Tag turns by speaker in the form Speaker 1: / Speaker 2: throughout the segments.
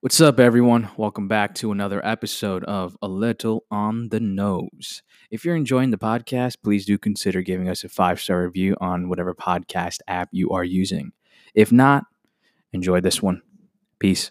Speaker 1: What's up, everyone? Welcome back to another episode of A Little on the Nose. If you're enjoying the podcast, please do consider giving us a five star review on whatever podcast app you are using. If not, enjoy this one. Peace.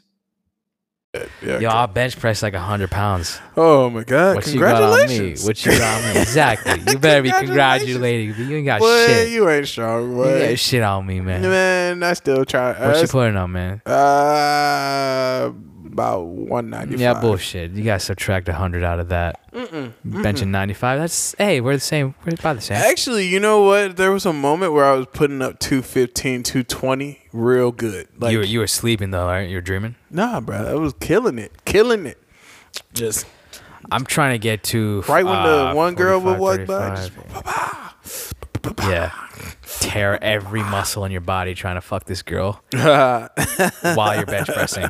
Speaker 2: Yeah.
Speaker 3: Yo, I bench press like hundred pounds.
Speaker 2: Oh my god!
Speaker 3: What you got on me?
Speaker 2: Congratulations.
Speaker 3: What you got on me? Exactly. You better be congratulating me. You ain't got
Speaker 2: Boy,
Speaker 3: shit. You
Speaker 2: you ain't strong, boy.
Speaker 3: ain't got shit on me, man.
Speaker 2: man, I still try.
Speaker 3: What
Speaker 2: I-
Speaker 3: you putting on, man?
Speaker 2: uh, about one ninety five.
Speaker 3: Yeah, bullshit. You gotta subtract hundred out of that. Benching ninety five. That's hey, we're the same. We're about the same.
Speaker 2: Actually, you know what? There was a moment where I was putting up 215, 220 real good. Like,
Speaker 3: you were you were sleeping though, right? You're dreaming.
Speaker 2: nah, bro, I was killing it, killing it. Just
Speaker 3: I'm trying to get to
Speaker 2: right when
Speaker 3: uh,
Speaker 2: the one girl would
Speaker 3: 45,
Speaker 2: walk by,
Speaker 3: 35.
Speaker 2: just,
Speaker 3: yeah, tear every muscle in your body trying to fuck this girl. while you're bench pressing.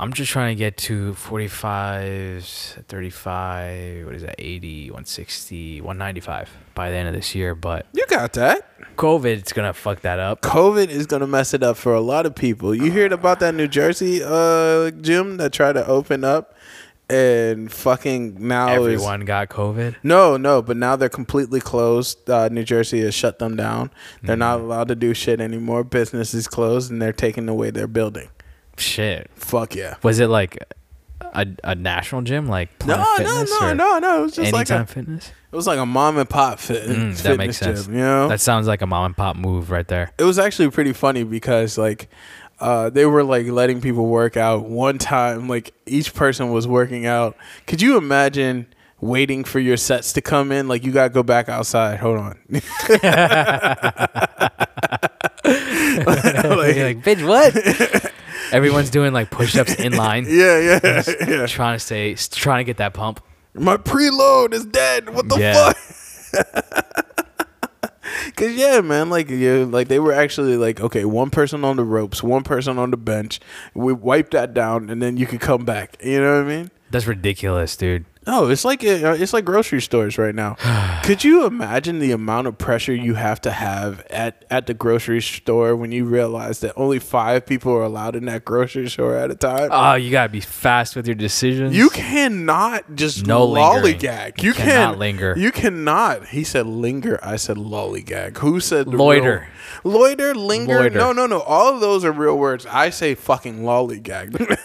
Speaker 3: I'm just trying to get to 45, 35, what is that, 80, 160, 195 by the end of this year. But
Speaker 2: you got that.
Speaker 3: COVID's going to fuck that up.
Speaker 2: COVID is gonna mess it up for a lot of people. You heard about that New Jersey uh, gym that tried to open up and fucking now is
Speaker 3: Everyone got COVID.
Speaker 2: no, no, but now they're completely closed. Uh, New Jersey has shut them down. They're not
Speaker 3: Mm-hmm.
Speaker 2: allowed to do shit anymore. Business is closed and they're taking away their building.
Speaker 3: Shit.
Speaker 2: Fuck yeah.
Speaker 3: Was it like a, a national gym? Like
Speaker 2: No,
Speaker 3: Planet
Speaker 2: no,
Speaker 3: Fitness?
Speaker 2: no,
Speaker 3: or
Speaker 2: no, no. It was just like
Speaker 3: Anytime
Speaker 2: a,
Speaker 3: Fitness?
Speaker 2: it was like a mom and pop fit,
Speaker 3: Mm,
Speaker 2: fitness
Speaker 3: that makes sense.
Speaker 2: gym. You know,
Speaker 3: That sounds like a mom and pop move right there.
Speaker 2: it was actually pretty funny because like uh, they were like letting people work out one time like each person was working out could you imagine waiting for your sets to come in like you gotta go back outside hold on like,
Speaker 3: You're like, bitch, what? Everyone's doing like push ups in line,
Speaker 2: yeah yeah yeah
Speaker 3: trying to stay, trying to get that pump.
Speaker 2: my preload is dead what the
Speaker 3: Yeah.
Speaker 2: fuck Cause yeah, man, like you, like they were actually like, okay, one person on the ropes, one person on the bench. We wipe that down, and then you could come back. You know what I mean?
Speaker 3: That's ridiculous, dude.
Speaker 2: No, it's like uh, it's like grocery stores right now. Could you imagine the amount of pressure you have to have at, at the grocery store when you realize that only five people are allowed in that grocery store at a time?
Speaker 3: Oh, you gotta be fast with your decisions.
Speaker 2: you cannot just
Speaker 3: No lingering.
Speaker 2: lollygag. You
Speaker 3: Cannot
Speaker 2: can-
Speaker 3: linger.
Speaker 2: You cannot. He said linger. I said lollygag. Who said the
Speaker 3: Loiter.
Speaker 2: real- Loiter, linger.
Speaker 3: Loiter.
Speaker 2: No, no, no. All of those are real words. I say fucking lollygag.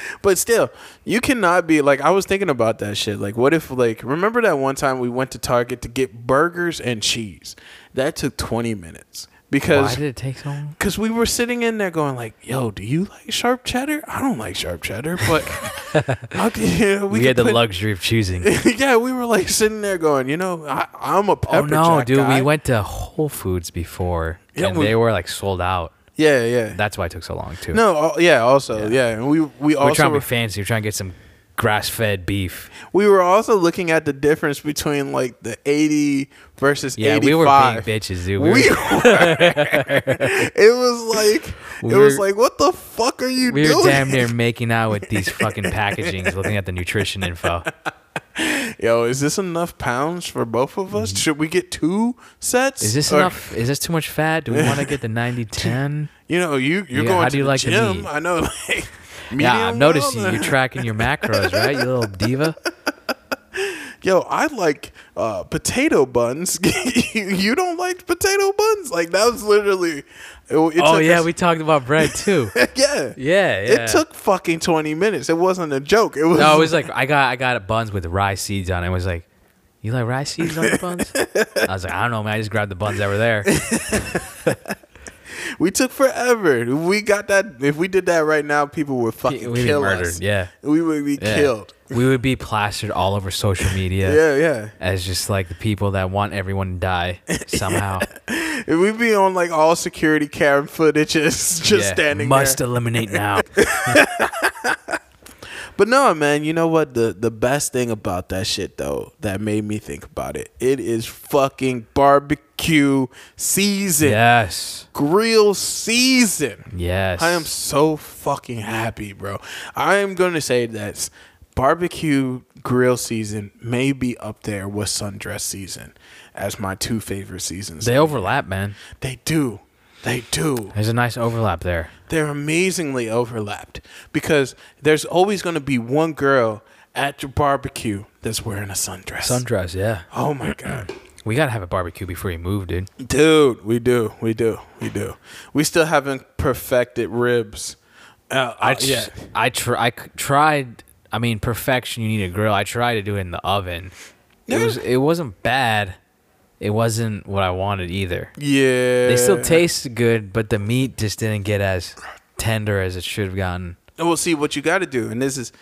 Speaker 2: but still, you cannot be like I was thinking about that shit. Like, what if like remember that one time we went to Target to get burgers and cheese? That took twenty minutes
Speaker 3: Why
Speaker 2: because
Speaker 3: did it take so long?
Speaker 2: because we were sitting in there going like, "Yo, do you like sharp cheddar? I don't like sharp cheddar, but okay, yeah,
Speaker 3: We,
Speaker 2: could
Speaker 3: had the
Speaker 2: put-
Speaker 3: luxury of choosing.
Speaker 2: yeah, we were like sitting there going, you know, I, I'm a
Speaker 3: oh
Speaker 2: pepper
Speaker 3: no,
Speaker 2: jack
Speaker 3: dude,
Speaker 2: guy.
Speaker 3: we went to Whole Foods before,
Speaker 2: Yeah,
Speaker 3: and
Speaker 2: we-
Speaker 3: they were like sold out.
Speaker 2: Yeah, yeah.
Speaker 3: That's why it took so long too.
Speaker 2: no, al- yeah. Also, yeah. And we we
Speaker 3: we're
Speaker 2: also
Speaker 3: trying to
Speaker 2: were,
Speaker 3: be fancy. We're trying to get some grass-fed beef.
Speaker 2: we were also looking at the difference between like the 80 versus
Speaker 3: Yeah,
Speaker 2: 85.
Speaker 3: we were being bitches, dude. We,
Speaker 2: We
Speaker 3: were,
Speaker 2: were. it was like it was
Speaker 3: We're-
Speaker 2: like what the fuck are you
Speaker 3: we
Speaker 2: doing?
Speaker 3: were damn near making out with these fucking packagings, looking at the nutrition info.
Speaker 2: Yo, is this enough pounds for both of us? Should we get two sets?
Speaker 3: Mm. Is this
Speaker 2: Or-
Speaker 3: enough? Is this too much fat? Do we want to get the 90-10?
Speaker 2: You know, you you're
Speaker 3: Yeah,
Speaker 2: going
Speaker 3: how
Speaker 2: to
Speaker 3: do you
Speaker 2: the
Speaker 3: like to
Speaker 2: gym.
Speaker 3: meet?
Speaker 2: I know. Like,
Speaker 3: Yeah, I've
Speaker 2: medium
Speaker 3: noticed you.
Speaker 2: well?
Speaker 3: You're tracking your macros, right? You little diva.
Speaker 2: Yo, I like uh, potato buns. you, you don't like potato buns? Like that was literally. It, it
Speaker 3: Oh
Speaker 2: took
Speaker 3: yeah,
Speaker 2: us-
Speaker 3: we talked about bread too.
Speaker 2: yeah.
Speaker 3: Yeah, yeah.
Speaker 2: It took fucking twenty minutes. It wasn't a joke. It was.
Speaker 3: No, it was like I got I got buns with rye seeds on. it. I was like, "You like rye seeds on the buns?" I was like, "I don't know, man. I just grabbed the buns that were there."
Speaker 2: we took forever. We got that. If we did that right now, people would
Speaker 3: We'd
Speaker 2: fucking
Speaker 3: be
Speaker 2: kill
Speaker 3: murdered.
Speaker 2: us.
Speaker 3: Yeah.
Speaker 2: we would be
Speaker 3: Yeah.
Speaker 2: killed.
Speaker 3: We would be plastered all over social media
Speaker 2: Yeah, yeah.
Speaker 3: as just like the people that want everyone to die somehow.
Speaker 2: If we be on like all security cam footage, it's just
Speaker 3: Yeah.
Speaker 2: standing
Speaker 3: Must
Speaker 2: there.
Speaker 3: eliminate now.
Speaker 2: But no, man, you know what? The the best thing about that shit though that made me think about it. It is fucking barbecue season,
Speaker 3: yes,
Speaker 2: grill season.
Speaker 3: yes.
Speaker 2: I am so fucking happy, bro. I am going to say that barbecue grill season may be up there with sundress season as my two favorite seasons.
Speaker 3: They overlap, man.
Speaker 2: They do. They do.
Speaker 3: There's a nice overlap there.
Speaker 2: They're amazingly overlapped because there's always going to be one girl at your barbecue that's wearing a sundress.
Speaker 3: Sundress, yeah.
Speaker 2: oh my god.
Speaker 3: We gotta have a barbecue before you move, dude.
Speaker 2: Dude, we do, we do, we do. We still haven't perfected ribs. Uh,
Speaker 3: I
Speaker 2: uh,
Speaker 3: tr-
Speaker 2: yeah.
Speaker 3: I tr- I c- tried. I mean, perfection. You need a grill. I tried to do it in the oven. It
Speaker 2: Yeah.
Speaker 3: was. It wasn't bad. It wasn't what I wanted either.
Speaker 2: Yeah.
Speaker 3: They still taste good, but the meat just didn't get as tender as it should have gotten.
Speaker 2: And Well, see what you got to do, and this is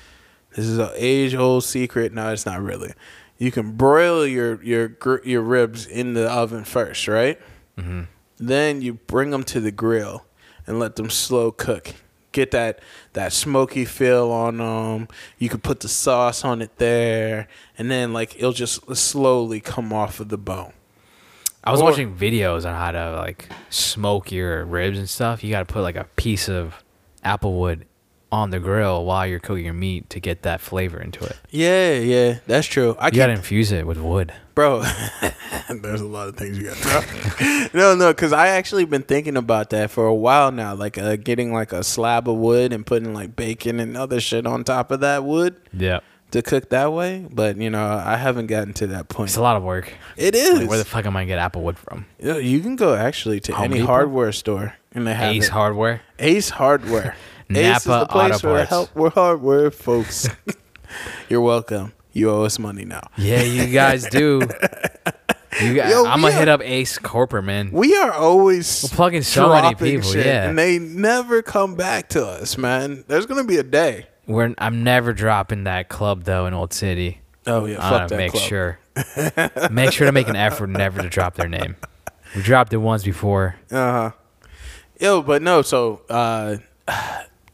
Speaker 2: this is an age old secret. No, it's not really. You can broil your your gr- your ribs in the oven first, right? Then you bring them to the grill and let them slow cook. Get that that smoky feel on them. You can put the sauce on it there, and then like it'll just slowly come off of the bone.
Speaker 3: I was
Speaker 2: Or-
Speaker 3: watching videos on how to like smoke your ribs and stuff. You got to put like a piece of applewood on the grill while you're cooking your meat to get that flavor into it.
Speaker 2: Yeah, yeah, that's true. I
Speaker 3: You got to infuse it with wood.
Speaker 2: bro there's a lot of things you got to no no because i actually been thinking about that for a while now like uh, getting like a slab of wood and putting like bacon and other shit on top of that wood
Speaker 3: Yeah.
Speaker 2: to cook that way but you know i haven't gotten to that
Speaker 3: It's
Speaker 2: point
Speaker 3: a lot of work.
Speaker 2: it is
Speaker 3: Like, where the fuck am I gonna get applewood from?
Speaker 2: Yeah, you can go actually to
Speaker 3: Home
Speaker 2: any
Speaker 3: Depot?
Speaker 2: hardware store and they have
Speaker 3: Ace
Speaker 2: it.
Speaker 3: Hardware.
Speaker 2: ace hardware ace is
Speaker 3: Napa
Speaker 2: the place
Speaker 3: Auto
Speaker 2: where
Speaker 3: Parts.
Speaker 2: help we're hardware folks you're welcome you owe us money now
Speaker 3: Yeah, you guys do. You guys,
Speaker 2: Yo,
Speaker 3: I'm
Speaker 2: we
Speaker 3: gonna hit
Speaker 2: are-
Speaker 3: up Ace Corporate, man.
Speaker 2: We are always
Speaker 3: We're plugging so many
Speaker 2: dropping
Speaker 3: people, yeah.
Speaker 2: and they never come back to us, man. There's gonna be a day.
Speaker 3: We're, I'm never dropping that club though in Old City.
Speaker 2: Oh yeah,
Speaker 3: I'm gonna Ah, make sure, make sure to make an effort never to drop their name. We dropped it once before.
Speaker 2: Uh huh. Yo, but no. So, uh,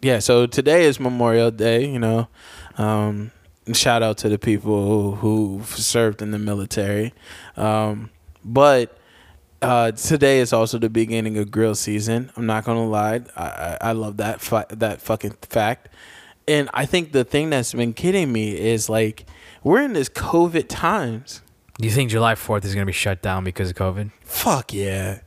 Speaker 2: yeah. So today is Memorial Day. You know, um, and shout out to the people who who've served in the military. Um, but uh, today is also the beginning of grill season. I'm not gonna lie. I I, I love that fi- that fucking fact. And I think the thing that's been kidding me is like we're in this COVID times.
Speaker 3: You think July 4th is gonna be shut down because of COVID?
Speaker 2: Fuck yeah.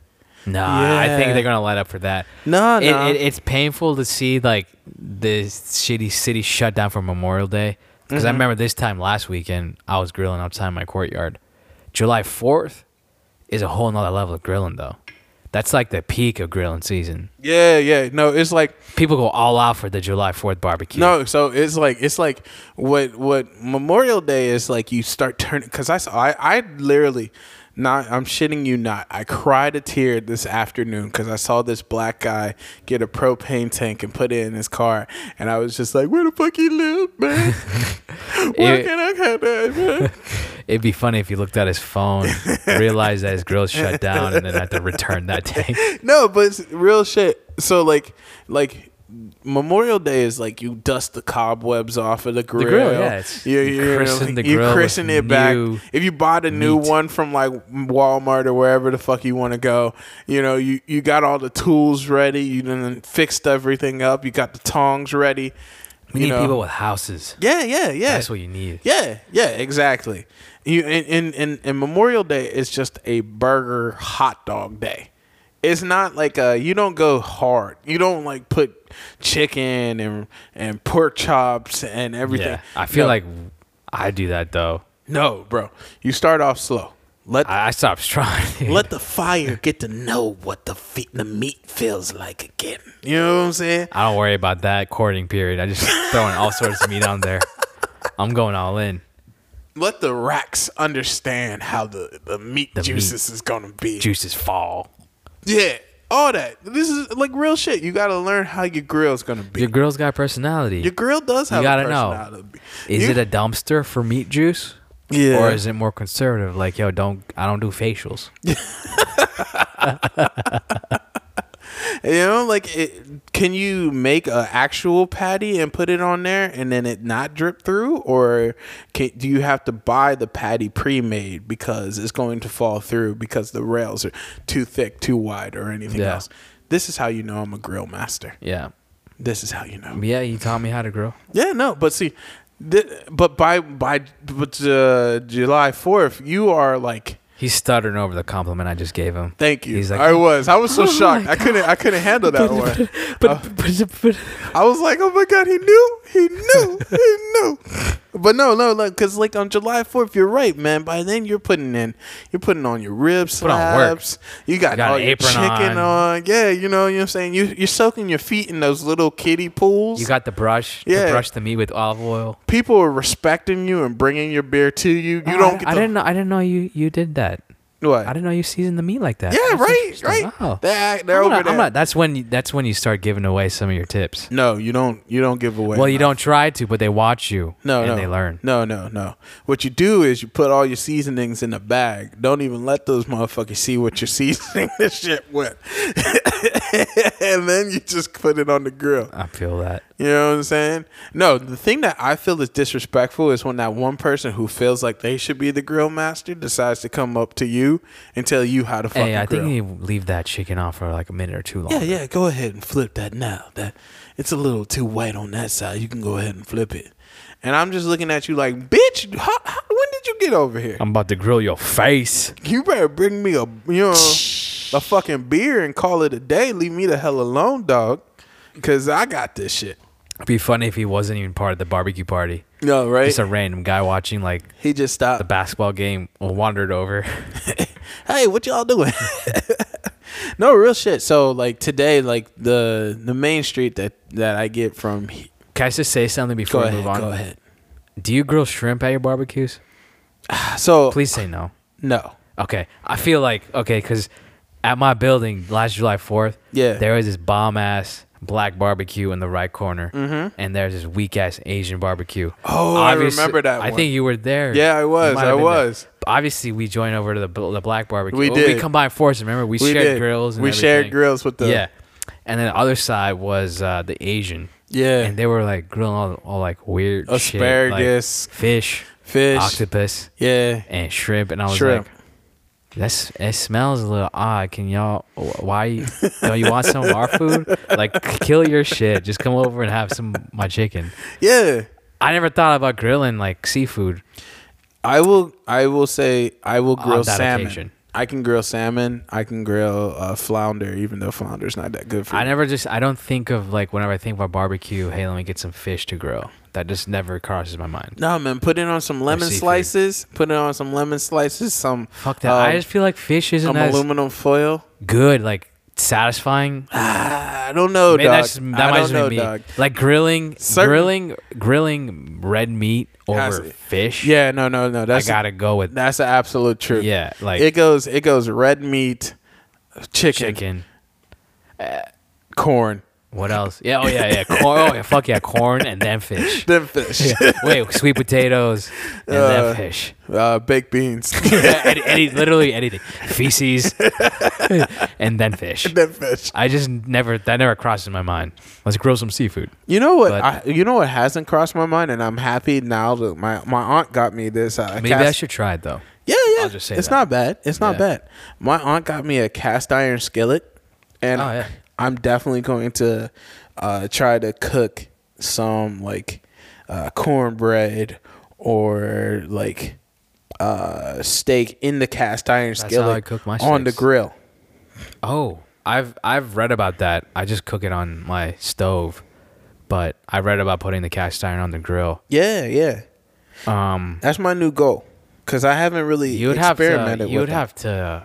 Speaker 3: Nah, I
Speaker 2: Yeah.
Speaker 3: think they're gonna light up for that.
Speaker 2: No,
Speaker 3: it,
Speaker 2: no.
Speaker 3: it, it's painful to see like the shitty city shut down for Memorial Day because I remember this time last weekend I was grilling outside my courtyard. July Fourth is a whole nother level of grilling though. That's like the peak of grilling season.
Speaker 2: yeah, yeah. No, it's like
Speaker 3: People go all out for the July Fourth barbecue.
Speaker 2: No, so it's like it's like what what Memorial Day is like. You start turning because I saw I I literally not I'm shitting you not. I cried a tear this afternoon because I saw this black guy get a propane tank and put it in his car, and I was just like, where the fuck he live, man? Where
Speaker 3: It-
Speaker 2: can I have that, man?
Speaker 3: It'd be funny if you looked at his phone, realized that his grill's shut down, and then had to return that tank.
Speaker 2: no, but it's real shit. So like like Memorial Day is like you dust the cobwebs off of the grill.
Speaker 3: grill, yeah, it's-
Speaker 2: you
Speaker 3: you
Speaker 2: you
Speaker 3: christen the
Speaker 2: you
Speaker 3: grill with
Speaker 2: christen it back.
Speaker 3: new
Speaker 2: If you bought a new
Speaker 3: meat.
Speaker 2: one from like Walmart or wherever the fuck you want to go, you know you you got all the tools ready. You done fixed everything up. You got the tongs ready.
Speaker 3: We
Speaker 2: you
Speaker 3: need
Speaker 2: know.
Speaker 3: people with houses.
Speaker 2: Yeah, yeah, yeah.
Speaker 3: That's what you need.
Speaker 2: Yeah, yeah, exactly. You and, and, and, and Memorial Day is just a burger hot dog day. It's not like uh you don't go hard. You don't like put chicken and and pork chops and everything.
Speaker 3: Yeah, I feel
Speaker 2: No,
Speaker 3: like I do that though.
Speaker 2: no, bro. You start off slow. Let
Speaker 3: I, I stopped trying.
Speaker 2: let the fire get to know what the fe- the meat feels like again. You know what I'm saying?
Speaker 3: I don't worry about that courting period. I just throwing all sorts of meat on there. I'm going all in.
Speaker 2: Let the racks understand how the, the meat
Speaker 3: meat.
Speaker 2: juices is gonna be.
Speaker 3: Juices fall.
Speaker 2: Yeah, all that. This is like real shit. You gotta learn how your grill's gonna be.
Speaker 3: Your
Speaker 2: Your,
Speaker 3: girl's got personality.
Speaker 2: grill does have.
Speaker 3: gotta
Speaker 2: a
Speaker 3: know.
Speaker 2: personality.
Speaker 3: is
Speaker 2: You-
Speaker 3: it a dumpster for meat juice?
Speaker 2: Yeah.
Speaker 3: Or is it more conservative? Like, yo, don't I don't do facials.
Speaker 2: You know, like, it, can you make a actual patty and put it on there, and then it not drip through, or can, do you have to buy the patty pre-made because it's going to fall through because the rails are too thick, too wide, or anything
Speaker 3: Yeah.
Speaker 2: else? This is how you know I'm a grill master.
Speaker 3: Yeah.
Speaker 2: This is how you know.
Speaker 3: Yeah, you taught me how to grill.
Speaker 2: Yeah, no, but see, th- but by by but uh, July Fourth, you are like
Speaker 3: He's stuttering over the compliment I just gave him.
Speaker 2: Thank you.
Speaker 3: He's like,
Speaker 2: I was. I was so
Speaker 3: Oh
Speaker 2: shocked.
Speaker 3: my
Speaker 2: I couldn't. I couldn't handle that Uh, one.
Speaker 3: But, but, but,
Speaker 2: I was like, oh my god, he knew. He knew. he knew. But no, no, like, cause like on July Fourth, you're right, man. By then, you're putting in. You're putting on your ribs,
Speaker 3: Put on work.
Speaker 2: slabs. You got,
Speaker 3: You got
Speaker 2: all
Speaker 3: an
Speaker 2: your
Speaker 3: apron
Speaker 2: chicken on.
Speaker 3: on.
Speaker 2: Yeah, you know, you know what I'm saying. You you're soaking your feet in those little kiddie pools.
Speaker 3: you got the brush.
Speaker 2: Yeah.
Speaker 3: To brush the meat with olive oil.
Speaker 2: People are respecting you and bringing your beer to you. You
Speaker 3: Oh,
Speaker 2: don't.
Speaker 3: I,
Speaker 2: get
Speaker 3: I
Speaker 2: to-
Speaker 3: didn't know. I didn't know you you did that.
Speaker 2: What?
Speaker 3: I didn't know you seasoned the meat like that.
Speaker 2: yeah,
Speaker 3: That's
Speaker 2: right,
Speaker 3: interesting.
Speaker 2: right.
Speaker 3: Wow.
Speaker 2: They're, they're
Speaker 3: I'm
Speaker 2: over
Speaker 3: not-
Speaker 2: there.
Speaker 3: I'm not- That's when. You, that's when you start giving away some of your tips.
Speaker 2: No, you don't. You don't give away.
Speaker 3: Well, you
Speaker 2: enough.
Speaker 3: don't try to, but they watch you.
Speaker 2: No,
Speaker 3: and
Speaker 2: no.
Speaker 3: they learn.
Speaker 2: No, no, no. What you do is you put all your seasonings in a bag. Don't even let those motherfuckers see what you're seasoning this shit with. and then you just put it on the grill.
Speaker 3: I feel that.
Speaker 2: You know what I'm saying? No, the thing that I feel is disrespectful is when that one person who feels like they should be the grill master decides to come up to you and tell you how to fucking
Speaker 3: Hey, I
Speaker 2: grill.
Speaker 3: think you need to leave that chicken on for like a minute or two long.
Speaker 2: Yeah, yeah. Go ahead and flip that now. That it's a little too white on that side. You can go ahead and flip it. And I'm just looking at you like, bitch. How, how, when did you get over here?
Speaker 3: I'm about to grill your face.
Speaker 2: You better bring me a you know a fucking beer and call it a day. Leave me the hell alone, dog. Cause I got this shit.
Speaker 3: It'd be funny if he wasn't even part of the barbecue party.
Speaker 2: No, right?
Speaker 3: Just a random guy watching like
Speaker 2: he just
Speaker 3: the
Speaker 2: stopped.
Speaker 3: basketball game wandered over.
Speaker 2: Hey, what y'all doing? no, real shit. So like today, like the the main street that that I get from. he-
Speaker 3: Can I just say something
Speaker 2: Go
Speaker 3: before we
Speaker 2: ahead.
Speaker 3: move on?
Speaker 2: Go ahead.
Speaker 3: Do you grill shrimp at your barbecues?
Speaker 2: So
Speaker 3: Please say no.
Speaker 2: no.
Speaker 3: Okay. I feel like okay cuz at my building last July 4th,
Speaker 2: Yeah.
Speaker 3: there was this bomb ass black barbecue in the right corner and there's this weak ass Asian barbecue.
Speaker 2: Mm-hmm. Oh, I remember that
Speaker 3: I
Speaker 2: one.
Speaker 3: think you were there.
Speaker 2: Yeah, I
Speaker 3: You
Speaker 2: was,
Speaker 3: might have
Speaker 2: I
Speaker 3: been there.
Speaker 2: was.
Speaker 3: Obviously, we joined over to the bl- the black barbecue.
Speaker 2: We
Speaker 3: Well,
Speaker 2: did.
Speaker 3: We combined forces. Remember, we,
Speaker 2: We
Speaker 3: shared
Speaker 2: did.
Speaker 3: grills. And
Speaker 2: We shared
Speaker 3: everything.
Speaker 2: grills with the-
Speaker 3: yeah. And then the other side was uh, the Asian.
Speaker 2: Yeah.
Speaker 3: And they were like grilling all, all like weird shit, like
Speaker 2: Asparagus.
Speaker 3: fish,
Speaker 2: Fish.
Speaker 3: octopus,
Speaker 2: Yeah.
Speaker 3: and shrimp. And I was
Speaker 2: Shrimp.
Speaker 3: like, that's it smells a little odd. Can y'all wh- why don't you want some of our food? Like kill your shit. Just come over and have some of my chicken.
Speaker 2: Yeah.
Speaker 3: I never thought about grilling like seafood.
Speaker 2: I will. I will say. I will grill
Speaker 3: that
Speaker 2: salmon.
Speaker 3: occasion.
Speaker 2: I can grill salmon. I can grill uh, flounder, even though flounder's not that good for
Speaker 3: I
Speaker 2: you.
Speaker 3: never just I don't think of like whenever I think about barbecue, hey, let me get some fish to grill. That just never crosses my mind.
Speaker 2: No man, put it on some lemon
Speaker 3: seafood.
Speaker 2: slices. Put it on some lemon slices. Some
Speaker 3: Fuck that.
Speaker 2: um,
Speaker 3: I just feel like fish isn't
Speaker 2: some
Speaker 3: as
Speaker 2: aluminum foil.
Speaker 3: good, like satisfying.
Speaker 2: I don't know,
Speaker 3: Maybe
Speaker 2: dog.
Speaker 3: that's, that
Speaker 2: I
Speaker 3: might
Speaker 2: don't
Speaker 3: just
Speaker 2: know,
Speaker 3: be me.
Speaker 2: dog.
Speaker 3: Like grilling,
Speaker 2: Certain-
Speaker 3: grilling, grilling red meat
Speaker 2: Has
Speaker 3: over
Speaker 2: it.
Speaker 3: fish.
Speaker 2: Yeah, no, no, no.
Speaker 3: I
Speaker 2: That's
Speaker 3: gotta go with
Speaker 2: that's the absolute truth.
Speaker 3: Yeah, like-
Speaker 2: it goes. It goes red meat, chicken,
Speaker 3: chicken.
Speaker 2: corn,
Speaker 3: What else? Yeah, oh yeah, yeah, corn. Oh yeah, fuck yeah, corn and then fish.
Speaker 2: then fish,
Speaker 3: Wait, sweet potatoes and
Speaker 2: Uh,
Speaker 3: then fish.
Speaker 2: uh, baked beans,
Speaker 3: any, any, literally anything. Feces and then fish.
Speaker 2: then fish.
Speaker 3: I just never that never crosses my mind. Let's grill some seafood.
Speaker 2: You know what?
Speaker 3: But-
Speaker 2: I, you know what hasn't crossed my mind, and I'm happy now that my, my aunt got me this. Uh,
Speaker 3: Maybe I
Speaker 2: cast-
Speaker 3: should try it though.
Speaker 2: Yeah, yeah.
Speaker 3: I'll just say
Speaker 2: it's
Speaker 3: that.
Speaker 2: not bad. It's not
Speaker 3: Yeah.
Speaker 2: bad. My aunt got me a cast iron skillet, and
Speaker 3: Oh, yeah.
Speaker 2: I'm definitely going to uh, try to cook some like uh, cornbread or like uh, steak in the cast iron
Speaker 3: how
Speaker 2: skillet
Speaker 3: I cook my
Speaker 2: on the
Speaker 3: steaks.
Speaker 2: grill.
Speaker 3: Oh, I've I've read about that. I just cook it on my stove, but I read about putting the cast iron on the grill.
Speaker 2: Yeah, yeah.
Speaker 3: Um,
Speaker 2: That's my new goal because I haven't really
Speaker 3: you would have
Speaker 2: experimented
Speaker 3: to.
Speaker 2: with
Speaker 3: You would
Speaker 2: it.
Speaker 3: have to.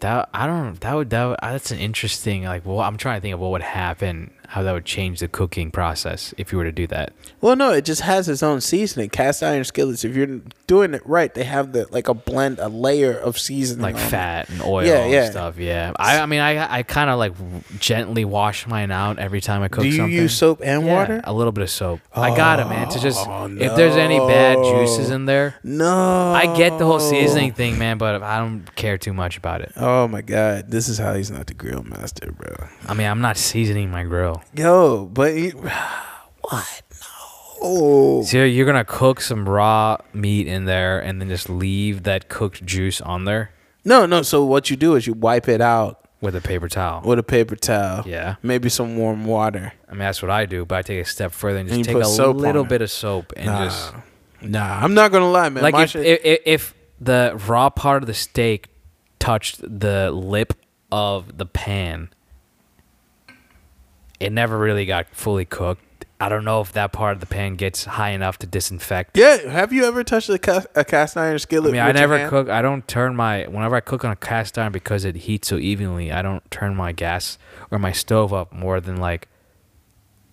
Speaker 3: That I don't. That would that. Would, uh, that's an interesting. Like, well, I'm trying to think of what would happen, how that would change the cooking process if you were to do that.
Speaker 2: Well, no, it just has its own seasoning. Cast iron skillets, if you're doing it right, they have the like a blend, a layer of seasoning,
Speaker 3: like
Speaker 2: on it.
Speaker 3: fat and oil
Speaker 2: Yeah, yeah.
Speaker 3: and stuff. Mm-hmm. Yeah, I, I mean, I I kind of like gently wash mine out every time I cook.
Speaker 2: Do you
Speaker 3: something.
Speaker 2: use soap and
Speaker 3: Yeah,
Speaker 2: water? Oh,
Speaker 3: A little bit of soap. I got it, man. To just if there's any bad juices in there,
Speaker 2: No,
Speaker 3: I get the whole seasoning thing, man. But I don't care too much about it.
Speaker 2: Oh my god, this is how he's not the grill master, bro.
Speaker 3: I mean, I'm not seasoning my grill.
Speaker 2: Yo, but he, what? No.
Speaker 3: So you're gonna cook some raw meat in there, and then just leave that cooked juice on there
Speaker 2: No, no. So what you do is you wipe it out
Speaker 3: with a paper towel.
Speaker 2: with a paper towel.
Speaker 3: Yeah.
Speaker 2: Maybe some warm water.
Speaker 3: I mean, that's what I do. But I take a step further and just
Speaker 2: And
Speaker 3: take
Speaker 2: you put
Speaker 3: a
Speaker 2: soap on
Speaker 3: little
Speaker 2: it. Ah.
Speaker 3: bit of soap and just
Speaker 2: Nah, I'm not gonna lie, man.
Speaker 3: Like
Speaker 2: My
Speaker 3: if,
Speaker 2: shit-
Speaker 3: if if the raw part of the steak touched the lip of the pan, it never really got fully cooked. I don't know if that part of the pan gets high enough to disinfect.
Speaker 2: yeah, have you ever touched a, ca- a cast iron skillet?
Speaker 3: I mean, I
Speaker 2: with your
Speaker 3: never
Speaker 2: hand?
Speaker 3: cook. I don't turn my whenever I cook on a cast iron because it heats so evenly. I don't turn my gas or my stove up more than like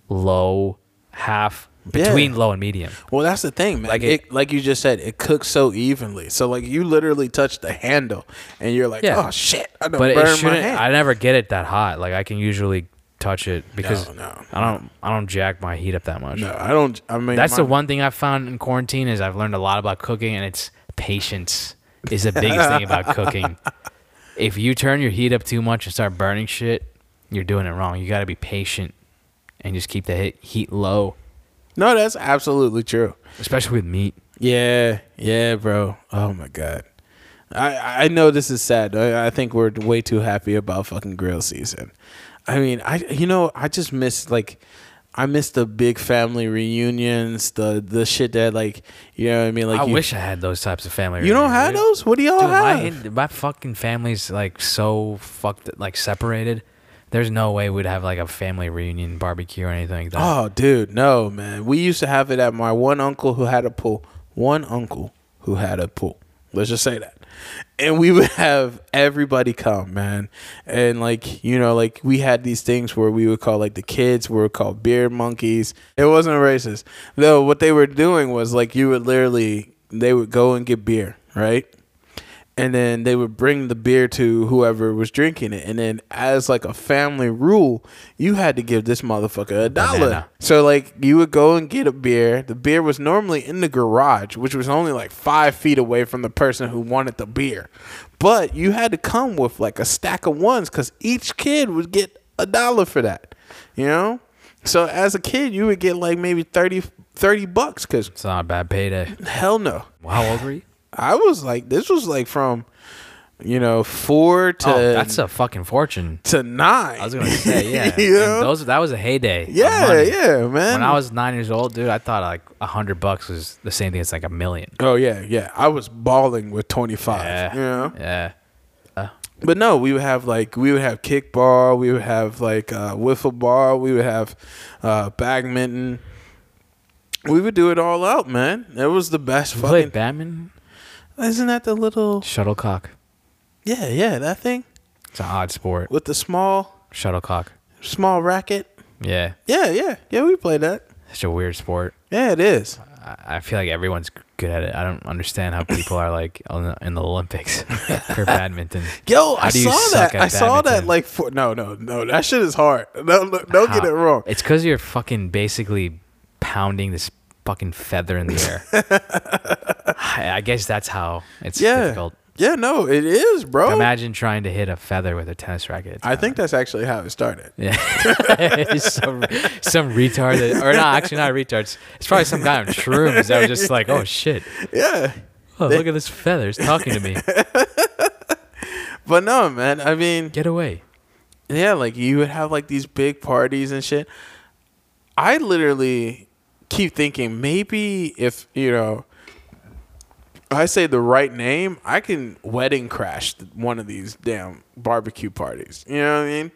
Speaker 3: low, half between low and medium.
Speaker 2: Well, that's the thing, man.
Speaker 3: Like
Speaker 2: Like
Speaker 3: it-
Speaker 2: it, like you just said, it cooks so evenly. So like you literally touch the handle, and you're like,
Speaker 3: Yeah.
Speaker 2: oh shit, I don't
Speaker 3: But
Speaker 2: burn
Speaker 3: it
Speaker 2: my
Speaker 3: shouldn't.
Speaker 2: hand.
Speaker 3: I never get it that hot. Like I can usually touch it because
Speaker 2: No, no.
Speaker 3: I don't. I don't jack my heat up that much.
Speaker 2: no, I don't. I mean,
Speaker 3: That's
Speaker 2: my-
Speaker 3: the one thing I've found in quarantine is I've learned a lot about cooking, and it's patience is the biggest thing about cooking. If you turn your heat up too much and start burning shit, you're doing it wrong. You got to be patient and just keep the hit, heat low,
Speaker 2: No, that's absolutely true.
Speaker 3: especially with meat.
Speaker 2: Yeah, yeah, bro. Oh my god. I, I know this is sad. I, I think we're way too happy about fucking grill season. I mean, I you know I just miss like I miss the big family reunions, the the shit that like you know what I mean. Like
Speaker 3: I
Speaker 2: you,
Speaker 3: wish I had those types of family.
Speaker 2: you don't
Speaker 3: reunions,
Speaker 2: have
Speaker 3: dude.
Speaker 2: those. What do y'all
Speaker 3: Dude, my,
Speaker 2: have?
Speaker 3: in- my fucking family's like so fucked, like separated. There's no way we'd have like a family reunion barbecue or anything like that.
Speaker 2: Oh, dude, no, man. We used to have it at my one uncle who had a pool. One uncle who had a pool. Let's just say that. And we would have everybody come, man. And like, you know, like we had these things where we would call like the kids were called beard monkeys. It wasn't racist. No, what they were doing was like you would literally they would go and get beer, right? and then they would bring the beer to whoever was drinking it and then as like a family rule you had to give this motherfucker a dollar
Speaker 3: Banana.
Speaker 2: so like you would go and get a beer the beer was normally in the garage which was only like five feet away from the person who wanted the beer but you had to come with like a stack of ones because each kid would get a dollar for that you know so as a kid you would get like maybe 30 30 bucks because
Speaker 3: It's not a bad payday.
Speaker 2: hell no
Speaker 3: How old were you?
Speaker 2: I was like, this was like from, you know, four to
Speaker 3: Oh, that's a fucking fortune.
Speaker 2: to nine.
Speaker 3: I was gonna say, yeah.
Speaker 2: You
Speaker 3: And
Speaker 2: know?
Speaker 3: Those that was a heyday. of
Speaker 2: yeah,
Speaker 3: money.
Speaker 2: yeah, man.
Speaker 3: When I was nine years old, dude, I thought like a hundred bucks was the same thing as like a million.
Speaker 2: oh yeah, yeah. I was balling with twenty five.
Speaker 3: Yeah.
Speaker 2: You know?
Speaker 3: Yeah.
Speaker 2: But no, we would have like we would have kickball, we would have like uh, wiffle ball, we would have uh, badminton. We would do it all out, man. It was the best
Speaker 3: You played
Speaker 2: fucking.
Speaker 3: Batman?
Speaker 2: Isn't that the little?
Speaker 3: Shuttlecock.
Speaker 2: Yeah, yeah, that thing
Speaker 3: It's an odd sport.
Speaker 2: with the small,
Speaker 3: Shuttlecock.
Speaker 2: small racket.
Speaker 3: Yeah.
Speaker 2: Yeah, yeah, yeah. We played that.
Speaker 3: Such a weird sport.
Speaker 2: Yeah, it is.
Speaker 3: I I feel like everyone's good at it. I don't understand how people are like on the- in the Olympics for badminton.
Speaker 2: Yo,
Speaker 3: How
Speaker 2: I
Speaker 3: do you
Speaker 2: saw
Speaker 3: suck
Speaker 2: that.
Speaker 3: at
Speaker 2: I saw that.
Speaker 3: badminton?
Speaker 2: Like, for, no, no, no. That shit is hard. No, no don't get
Speaker 3: How-
Speaker 2: it wrong.
Speaker 3: It's because you're fucking basically pounding this fucking feather in the air. I I guess that's how it's
Speaker 2: yeah,
Speaker 3: difficult.
Speaker 2: yeah. No, it is, bro.
Speaker 3: Imagine trying to hit a feather with a tennis racket.
Speaker 2: I think that's actually how it started.
Speaker 3: Yeah. some, some retard, that, or not, actually not retards. It's probably some guy on shrooms that was just like, oh shit,
Speaker 2: Yeah,
Speaker 3: oh, look at this feather, it's talking to me.
Speaker 2: but no, man. I mean,
Speaker 3: Get away.
Speaker 2: yeah, like you would have like these big parties and shit. I literally keep thinking maybe if you know, I say the right name, I can wedding crash one of these damn barbecue parties. You know what I mean?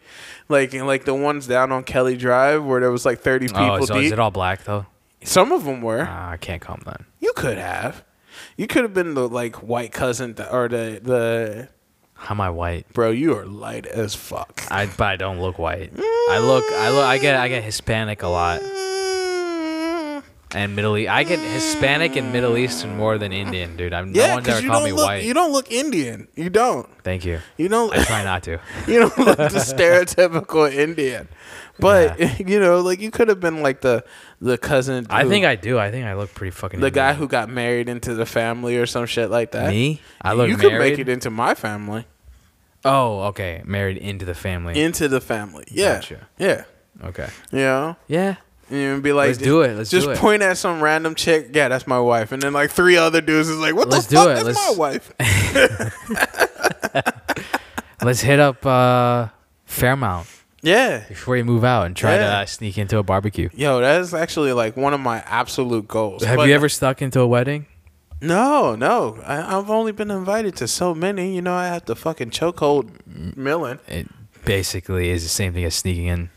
Speaker 2: Like like the ones down on Kelly Drive where there was like thirty people
Speaker 3: oh, so is
Speaker 2: deep.
Speaker 3: it all black though?
Speaker 2: Some of them were.
Speaker 3: Ah, I can't call him that.
Speaker 2: You could have. You could have been the like white cousin th- or the the
Speaker 3: How am I white?
Speaker 2: bro. You are light as fuck.
Speaker 3: I but I don't look white. I look, I look, I get, I get Hispanic a lot. and Middle East. I get Hispanic and Middle Eastern more than Indian, dude. I'm no
Speaker 2: Yeah,
Speaker 3: one's
Speaker 2: because
Speaker 3: ever
Speaker 2: you
Speaker 3: called
Speaker 2: don't
Speaker 3: me
Speaker 2: look.
Speaker 3: white.
Speaker 2: You don't look Indian. You don't.
Speaker 3: Thank you.
Speaker 2: You don't.
Speaker 3: I try not to.
Speaker 2: you don't look the stereotypical Indian. But you know, like you could have been like the the cousin.
Speaker 3: I
Speaker 2: who-
Speaker 3: think I do. I think I look pretty fucking.
Speaker 2: the guy
Speaker 3: Indian.
Speaker 2: who got married into the family or some shit like that.
Speaker 3: me. I look
Speaker 2: you
Speaker 3: married.
Speaker 2: could make it into my family.
Speaker 3: oh, okay. Married into the family.
Speaker 2: Into the family. Yeah.
Speaker 3: Gotcha.
Speaker 2: Yeah.
Speaker 3: okay.
Speaker 2: You know.
Speaker 3: Yeah.
Speaker 2: And you'd be like,
Speaker 3: Let's do it, let's
Speaker 2: just
Speaker 3: do it.
Speaker 2: point at some random chick. Yeah, that's my wife. And then like three other dudes is like, what
Speaker 3: Let's do
Speaker 2: the fuck?
Speaker 3: it,
Speaker 2: That's
Speaker 3: let's-
Speaker 2: my wife.
Speaker 3: Let's hit up uh, Fairmount.
Speaker 2: Yeah.
Speaker 3: before you move out and try to
Speaker 2: Yeah.
Speaker 3: uh, sneak into a barbecue.
Speaker 2: Yo, that is actually like one of my absolute goals.
Speaker 3: Have
Speaker 2: But-
Speaker 3: you ever stuck into a wedding?
Speaker 2: No, no. I, I've only been invited to so many. You know, I have to fucking chokehold Millen.
Speaker 3: It basically is the same thing as sneaking in,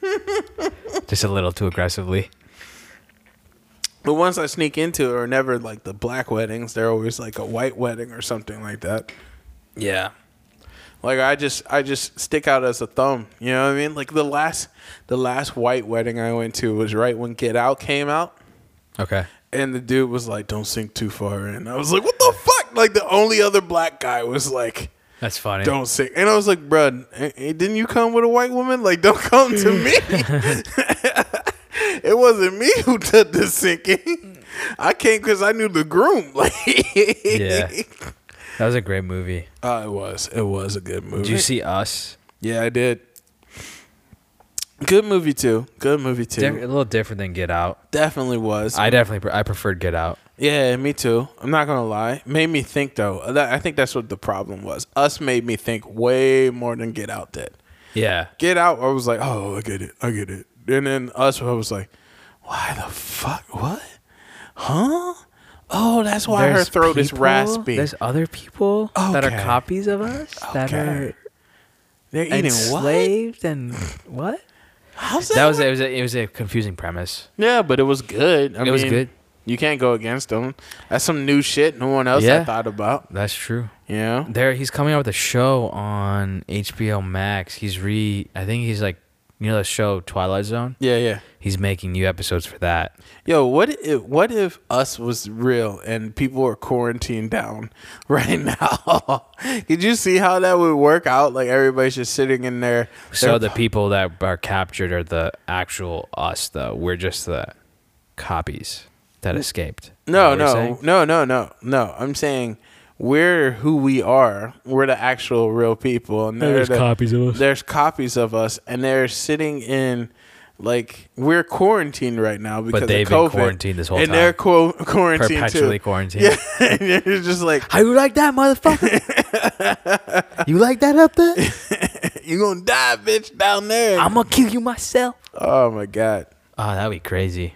Speaker 3: just a little too aggressively.
Speaker 2: The ones I sneak into are never like the black weddings. They're always like a white wedding or something like that.
Speaker 3: Yeah.
Speaker 2: Like I just I just stick out as a thumb. You know what I mean? Like the last the last white wedding I went to was right when Get Out came out.
Speaker 3: Okay.
Speaker 2: And the dude was like, "Don't sink too far in." I was like, "What the fuck?" Like the only other black guy was like,
Speaker 3: That's funny.
Speaker 2: "Don't sink," and I was like, "Bruh, eh, eh, didn't you come with a white woman? Like, don't come to me." it wasn't me who did the sinking. I came because I knew the groom. Like,
Speaker 3: Yeah. That was a great movie.
Speaker 2: Uh, it was. It was a good movie.
Speaker 3: Did you see Us?
Speaker 2: Yeah, I did. Good movie too. Good movie too.
Speaker 3: Diff- a little different than Get Out.
Speaker 2: Definitely was.
Speaker 3: I definitely pre- I preferred Get Out.
Speaker 2: yeah, me too. I'm not gonna lie. Made me think though. That, I think that's what the problem was. Us made me think way more than Get Out did.
Speaker 3: Yeah.
Speaker 2: Get Out, I was like, oh, I get it, I get it. And then Us, I was like, why the fuck? What? Huh? Oh, that's why her throat is raspy.
Speaker 3: There's other people that are
Speaker 2: Okay.
Speaker 3: copies of us that
Speaker 2: Okay.
Speaker 3: are
Speaker 2: They're eating what?
Speaker 3: enslaved and what?
Speaker 2: How's
Speaker 3: That was it. Was a, it was a confusing premise.
Speaker 2: Yeah, but it was good. I
Speaker 3: It was
Speaker 2: mean,
Speaker 3: good.
Speaker 2: You can't go against them. That's some new shit no one else
Speaker 3: Yeah.
Speaker 2: had thought about.
Speaker 3: That's true.
Speaker 2: You know?
Speaker 3: There, he's coming out with a show on HBO Max. He's re. I think he's like you know the show Twilight Zone.
Speaker 2: Yeah, yeah.
Speaker 3: He's making new episodes for that.
Speaker 2: Yo, what if what if us was real and people were quarantined down right now? Could you see how that would work out? Like everybody's just sitting in there.
Speaker 3: So the people that are captured are the actual us, though. We're just the copies that escaped.
Speaker 2: No,
Speaker 3: Is that what you're
Speaker 2: no,
Speaker 3: saying?
Speaker 2: no, no, no, no. I'm saying we're who we are. We're the actual real people, and there's copies of us. There's copies of us, and they're sitting in like we're quarantined right now because
Speaker 3: they've been
Speaker 2: of COVID,
Speaker 3: quarantined this whole
Speaker 2: and
Speaker 3: time.
Speaker 2: they're qu- quarantined
Speaker 3: perpetually
Speaker 2: too.
Speaker 3: quarantined.
Speaker 2: Yeah, and you're just like
Speaker 3: How you like that, motherfucker? you like that up there?
Speaker 2: you gonna die, bitch, down there.
Speaker 3: gonna kill you myself.
Speaker 2: oh my god.
Speaker 3: Oh, that'd be crazy.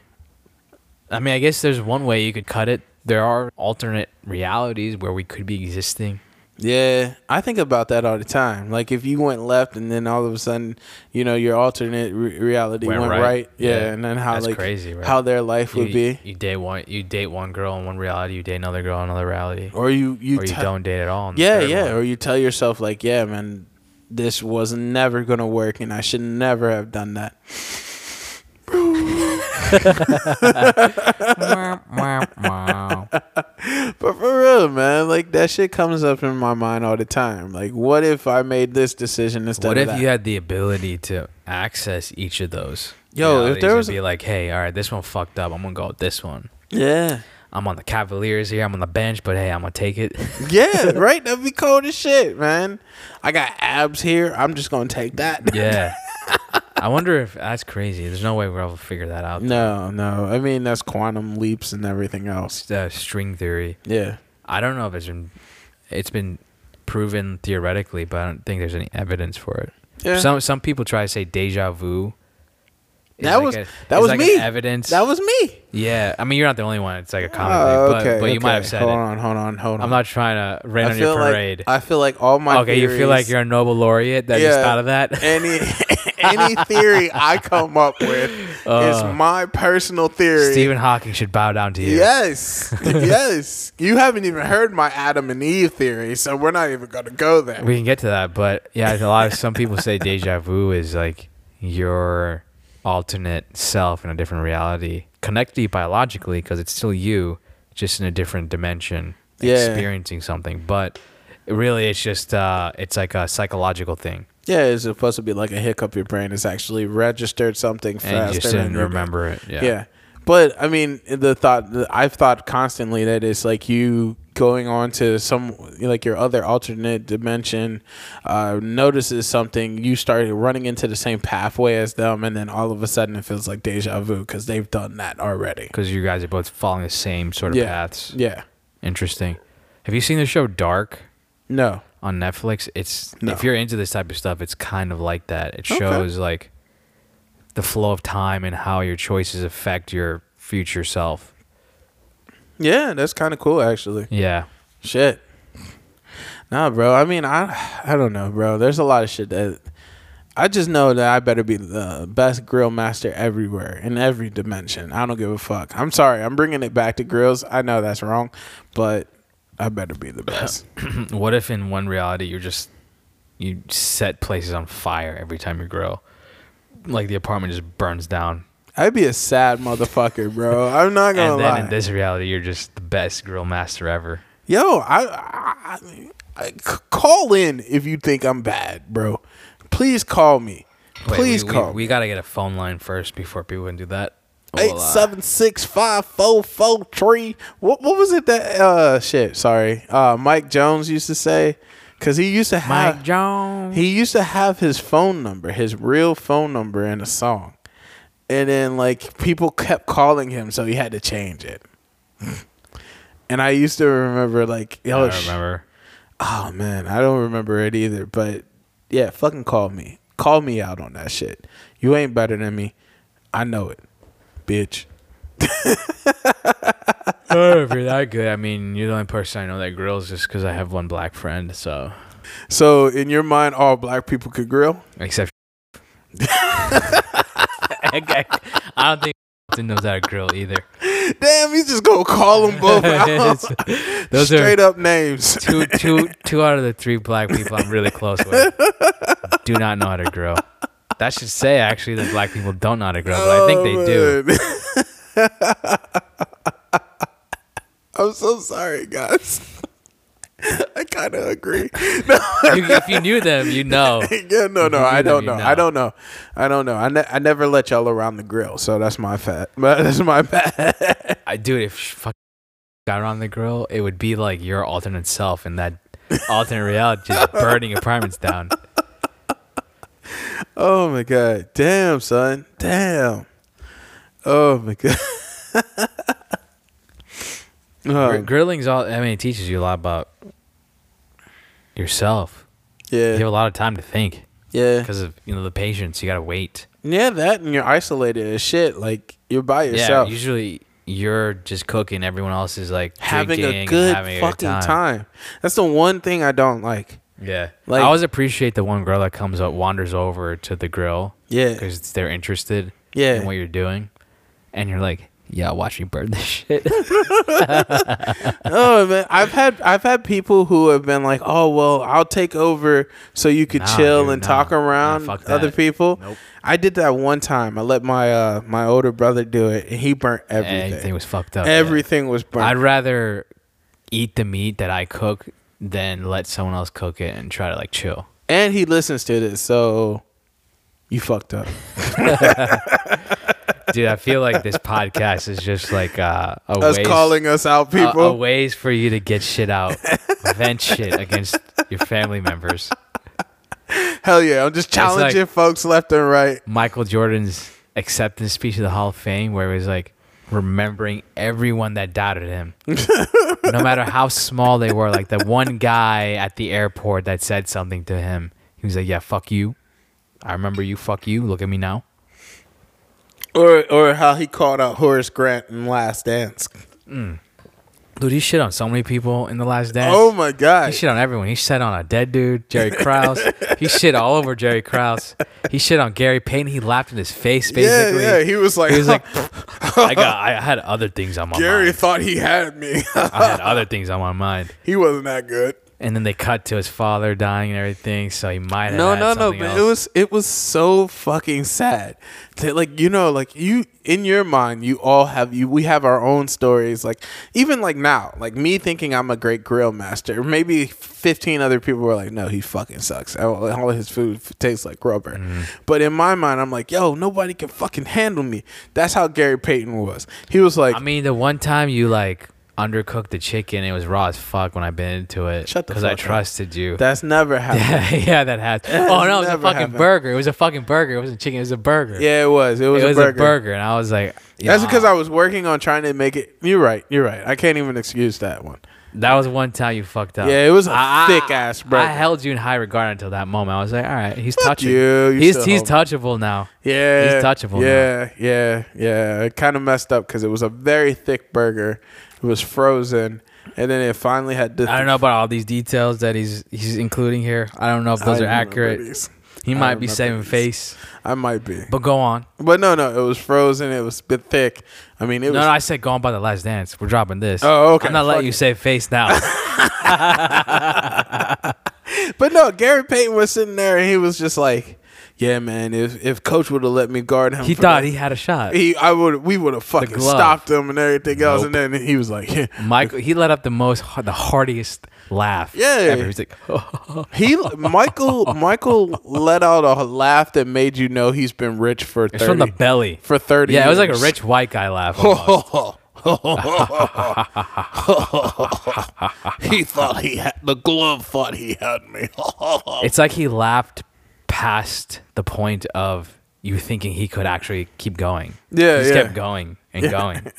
Speaker 3: I mean, I guess there's one way you could cut it. There are alternate realities where we could be existing.
Speaker 2: Yeah, I think about that all the time. Like if you went left and then all of a sudden, you know, your alternate re- reality
Speaker 3: Went
Speaker 2: went,
Speaker 3: right.
Speaker 2: right. Yeah,
Speaker 3: Yeah.
Speaker 2: and then how
Speaker 3: That's
Speaker 2: like
Speaker 3: crazy, right?
Speaker 2: how their life would
Speaker 3: you,
Speaker 2: be,
Speaker 3: you date one, you date one girl in one reality, you date another girl in another reality, or
Speaker 2: or you you,
Speaker 3: you,
Speaker 2: tell-
Speaker 3: don't date at all. in the
Speaker 2: Yeah,
Speaker 3: third
Speaker 2: yeah,
Speaker 3: one.
Speaker 2: or you tell yourself like, yeah, man, this was never gonna work, and I should never have done that. But for real, man, like that shit comes up in my mind all the time. Like, what if I made this decision instead
Speaker 3: what
Speaker 2: of
Speaker 3: if
Speaker 2: that?
Speaker 3: you had the ability to access each of those?
Speaker 2: Yo, if
Speaker 3: realities
Speaker 2: there
Speaker 3: and
Speaker 2: was a-
Speaker 3: be like, hey, all right, this one fucked up. I'm gonna go with this one.
Speaker 2: yeah,
Speaker 3: I'm on the Cavaliers here. I'm on the bench, but hey, I'm gonna take it.
Speaker 2: yeah, right? That'd be cold as shit, man. I got abs here. I'm just gonna take that.
Speaker 3: yeah. I wonder if that's crazy. There's no way we're able to figure that out.
Speaker 2: No, no. I mean, that's quantum leaps and everything else.
Speaker 3: It's, uh, string theory.
Speaker 2: Yeah.
Speaker 3: I don't know if it's been it's been proven theoretically, but I don't think there's any evidence for it.
Speaker 2: Yeah.
Speaker 3: Some some people try to say deja vu. is
Speaker 2: That
Speaker 3: like
Speaker 2: was-
Speaker 3: a-
Speaker 2: that
Speaker 3: is
Speaker 2: was
Speaker 3: like an
Speaker 2: me.
Speaker 3: Evidence.
Speaker 2: That was me.
Speaker 3: Yeah, I mean you're not the only one. It's like a common
Speaker 2: Oh,
Speaker 3: thing, but,
Speaker 2: okay.
Speaker 3: but you might
Speaker 2: okay.
Speaker 3: have said
Speaker 2: hold
Speaker 3: it.
Speaker 2: on, hold on, hold on.
Speaker 3: I'm not trying to rain
Speaker 2: I
Speaker 3: on
Speaker 2: feel
Speaker 3: your parade.
Speaker 2: like I feel like all my
Speaker 3: okay, you feel
Speaker 2: theories-
Speaker 3: like you're a Nobel laureate that just
Speaker 2: Yeah.
Speaker 3: thought of that.
Speaker 2: any any theory I come up with is my personal theory.
Speaker 3: Stephen Hawking should bow down to Uh. you.
Speaker 2: Yes, yes. You haven't even heard my Adam and Eve theory, so we're not even going to go there.
Speaker 3: We can get to that, but yeah, a lot of some people say deja vu is like your alternate self in a different reality, connected to you biologically because it's still you, just in a different dimension,
Speaker 2: Yeah.
Speaker 3: experiencing something. But really, it's just uh, it's like a psychological thing,
Speaker 2: yeah, it's supposed to be like a hiccup. Your brain is actually registered something faster.
Speaker 3: and you just
Speaker 2: than
Speaker 3: didn't
Speaker 2: you-
Speaker 3: remember it. Yeah.
Speaker 2: Yeah. But I mean, the thought I've thought constantly that it's like you going on to some like your other alternate dimension uh, notices something, you start running into the same pathway as them, and then all of a sudden it feels like deja vu because they've done that already.
Speaker 3: Because you guys are both following the same sort of
Speaker 2: Yeah.
Speaker 3: paths.
Speaker 2: Yeah.
Speaker 3: Interesting. Have you seen the show Dark?
Speaker 2: No.
Speaker 3: on Netflix, it's
Speaker 2: No.
Speaker 3: if you're into this type of stuff, it's kind of like that. It
Speaker 2: Okay.
Speaker 3: shows like the flow of time and how your choices affect your future self.
Speaker 2: Yeah, that's kind of cool actually.
Speaker 3: Yeah.
Speaker 2: Shit. Nah, bro. I mean, I I don't know, bro. There's a lot of shit that I just know that I better be the best grill master everywhere in every dimension. I don't give a fuck. I'm sorry. I'm bringing it back to grills. I know that's wrong, but I better be the best.
Speaker 3: what if in one reality you're just you set places on fire every time you grill? Like the apartment just burns down.
Speaker 2: I'd be a sad motherfucker, bro. I'm not gonna
Speaker 3: And then
Speaker 2: lie.
Speaker 3: in this reality you're just the best grill master ever.
Speaker 2: Yo, I, I, I- I- c- call in if you think I'm bad, bro. Please call me.
Speaker 3: Wait,
Speaker 2: Please
Speaker 3: we,
Speaker 2: call.
Speaker 3: We, we gotta get a phone line first before people can do that. We'll,
Speaker 2: Eight
Speaker 3: uh,
Speaker 2: seven six five four four three. What what was it that uh shit? Sorry, uh Mike Jones used to say, cause he used to have
Speaker 3: Mike Jones.
Speaker 2: he used to have his phone number, his real phone number in a song, and then like people kept calling him, so he had to change it. and I used to remember like
Speaker 3: I
Speaker 2: yo,
Speaker 3: don't
Speaker 2: sh-
Speaker 3: remember.
Speaker 2: Oh man, I don't remember it either. But yeah, fucking call me. Call me out on that shit. You ain't better than me. I know it, bitch.
Speaker 3: oh, if you're that good, I mean, you're the only person I know that grills just because I have one black friend. So,
Speaker 2: So in your mind, all black people could grill?
Speaker 3: except I don't think knows how to grill either.
Speaker 2: Damn, he's just gonna call them both
Speaker 3: Oh.
Speaker 2: out.
Speaker 3: Those are
Speaker 2: Straight up names.
Speaker 3: two, two, two out of the three black people I'm really close with do not know how to grill. That should say actually that black people don't know how to grill, but I think they do.
Speaker 2: do. I'm so sorry, guys. I kind of agree.
Speaker 3: You, if you knew them, you know.
Speaker 2: yeah, no, no,
Speaker 3: you
Speaker 2: I
Speaker 3: do them,
Speaker 2: don't
Speaker 3: you
Speaker 2: know.
Speaker 3: know.
Speaker 2: I don't know. I don't know. I, ne- I never let y'all around the grill, so that's my fat. That's my bad.
Speaker 3: I dude, if she fucking got on the grill, it would be like your alternate self in that alternate reality, just burning apartments down.
Speaker 2: oh my god, damn son, damn. Oh my god.
Speaker 3: Gr-
Speaker 2: oh,
Speaker 3: grilling's all. I mean, it teaches you a lot about yourself. You have
Speaker 2: yeah,
Speaker 3: a lot of time to think
Speaker 2: yeah,
Speaker 3: because of you know the patience. You gotta wait.
Speaker 2: yeah. That and you're isolated as shit. Like you're by yourself.
Speaker 3: Yeah, usually you're just cooking. Everyone else is like
Speaker 2: having
Speaker 3: drinking
Speaker 2: a
Speaker 3: and
Speaker 2: good
Speaker 3: having a
Speaker 2: fucking time. That's the one thing I don't like.
Speaker 3: Yeah,
Speaker 2: Like-
Speaker 3: I always appreciate the one girl that comes up, wanders over to the grill.
Speaker 2: Yeah.
Speaker 3: because they're interested
Speaker 2: Yeah.
Speaker 3: in what you're doing, and you're like, yeah, watch me burn this shit.
Speaker 2: oh man, I've had I've had people who have been like, "Oh well, I'll take over so you could
Speaker 3: Nah,
Speaker 2: chill
Speaker 3: dude,
Speaker 2: and
Speaker 3: nah.
Speaker 2: talk around
Speaker 3: Nah, fuck
Speaker 2: other
Speaker 3: that.
Speaker 2: people."
Speaker 3: Nope.
Speaker 2: I did that one time. I let my uh my older brother do it, and he burnt everything.
Speaker 3: Everything
Speaker 2: Everything was,
Speaker 3: was fucked up.
Speaker 2: burnt.
Speaker 3: I'd rather eat the meat that I cook than let someone else cook it and try to like chill.
Speaker 2: and he listens to this, so you fucked up.
Speaker 3: Dude, I feel like this podcast is just like uh, a
Speaker 2: Us
Speaker 3: ways,
Speaker 2: calling us out,
Speaker 3: a-
Speaker 2: people.
Speaker 3: a ways for you to get shit out, vent shit against your family members.
Speaker 2: Hell yeah! I'm
Speaker 3: like-
Speaker 2: just challenging folks left and right.
Speaker 3: Michael Jordan's acceptance speech of the Hall of Fame, where it was like remembering everyone that doubted him, no matter how small they were. Like the one guy at the airport that said something to him, he was like, "Yeah, fuck you. I remember you. Fuck you. Look at me now."
Speaker 2: Or or how he called out Horace Grant in Last Dance.
Speaker 3: Dude, he shit on so many people in the last dance.
Speaker 2: Oh my
Speaker 3: He
Speaker 2: god!
Speaker 3: shit on everyone. He shit on a dead dude, Jerry Krause. he shit all over Jerry Krause. He shit on Gary Payton. He laughed in his face,
Speaker 2: Yeah,
Speaker 3: basically.
Speaker 2: yeah. He was like,
Speaker 3: He was like, I got, I had other things on my
Speaker 2: Gary
Speaker 3: mind.
Speaker 2: thought he had me.
Speaker 3: I had other things on my mind.
Speaker 2: he wasn't that good.
Speaker 3: And then they cut to his father dying and everything, so he might have
Speaker 2: No,
Speaker 3: had
Speaker 2: no, no.
Speaker 3: something
Speaker 2: But
Speaker 3: else.
Speaker 2: it was it was so fucking sad. That, like you know, like you in your mind, you all have you. We have our own stories. Like even like now, like me thinking I'm a great grill master. Maybe 15 other people were like, "No, he fucking sucks. All, all his food f- tastes like rubber."
Speaker 3: Mm-hmm.
Speaker 2: But in my mind, I'm like, "Yo, nobody can fucking handle me." That's how Gary Payton was. He was like,
Speaker 3: I mean, the one time you like undercooked the chicken, it was raw as fuck when I bit into it
Speaker 2: Shut the
Speaker 3: I
Speaker 2: fuck up.
Speaker 3: trusted you.
Speaker 2: "That's never happened."
Speaker 3: yeah, that happened. Oh no, it was a
Speaker 2: never
Speaker 3: fucking
Speaker 2: happened.
Speaker 3: burger. It was a fucking burger. It wasn't chicken. It was a burger.
Speaker 2: yeah, it was. It was,
Speaker 3: it was
Speaker 2: a
Speaker 3: a burger, and I was like,
Speaker 2: That's
Speaker 3: yeah.
Speaker 2: because I was working on trying to make it. You're right. You're right. I can't even excuse that one.
Speaker 3: That was one time you fucked up.
Speaker 2: Yeah, it was a
Speaker 3: I-
Speaker 2: thick ass
Speaker 3: I
Speaker 2: burger.
Speaker 3: held you in high regard until that moment. I was like, all right, he's
Speaker 2: Fuck
Speaker 3: touchable.
Speaker 2: you, you
Speaker 3: he's
Speaker 2: still
Speaker 3: he's
Speaker 2: hold-
Speaker 3: touchable now.
Speaker 2: Yeah,
Speaker 3: He's touchable now.
Speaker 2: Yeah, yeah, yeah. It kind of messed up because it was a very thick burger. It was frozen, and then it finally had. The
Speaker 3: I don't know about all these details that he's he's including here. I don't know if
Speaker 2: I
Speaker 3: those are
Speaker 2: remember
Speaker 3: accurate.
Speaker 2: these.
Speaker 3: He
Speaker 2: I
Speaker 3: might be
Speaker 2: remember
Speaker 3: saving
Speaker 2: these.
Speaker 3: face,
Speaker 2: I might be,
Speaker 3: but go on.
Speaker 2: but no, no. It was frozen. It was a bit thick. I mean, it
Speaker 3: No,
Speaker 2: was.
Speaker 3: no, I said go on by the last dance. We're dropping this.
Speaker 2: Oh, okay.
Speaker 3: I'm not
Speaker 2: Fuck
Speaker 3: letting you
Speaker 2: it.
Speaker 3: save face now.
Speaker 2: But no, Gary Payton was sitting there, and he was just like, "Yeah, man. If if Coach would have let me guard him,
Speaker 3: he
Speaker 2: for
Speaker 3: thought
Speaker 2: that-
Speaker 3: he had a shot.
Speaker 2: He, I would, we would have fucking
Speaker 3: glove.
Speaker 2: stopped him and everything else, and then he was like,
Speaker 3: Michael, he let up the most, the heartiest laugh.
Speaker 2: Yeah.
Speaker 3: ever. He's like,
Speaker 2: He Michael Michael let out a laugh that made you know he's been rich for
Speaker 3: it's
Speaker 2: thirty
Speaker 3: from the belly.
Speaker 2: for thirty.
Speaker 3: Yeah, it was like a
Speaker 2: years.
Speaker 3: rich white guy laugh. almost.
Speaker 2: he thought he had the glove. Thought he had me.
Speaker 3: it's like he laughed past the point of you thinking he could actually keep going.
Speaker 2: Yeah,
Speaker 3: he just
Speaker 2: yeah.
Speaker 3: kept going and going.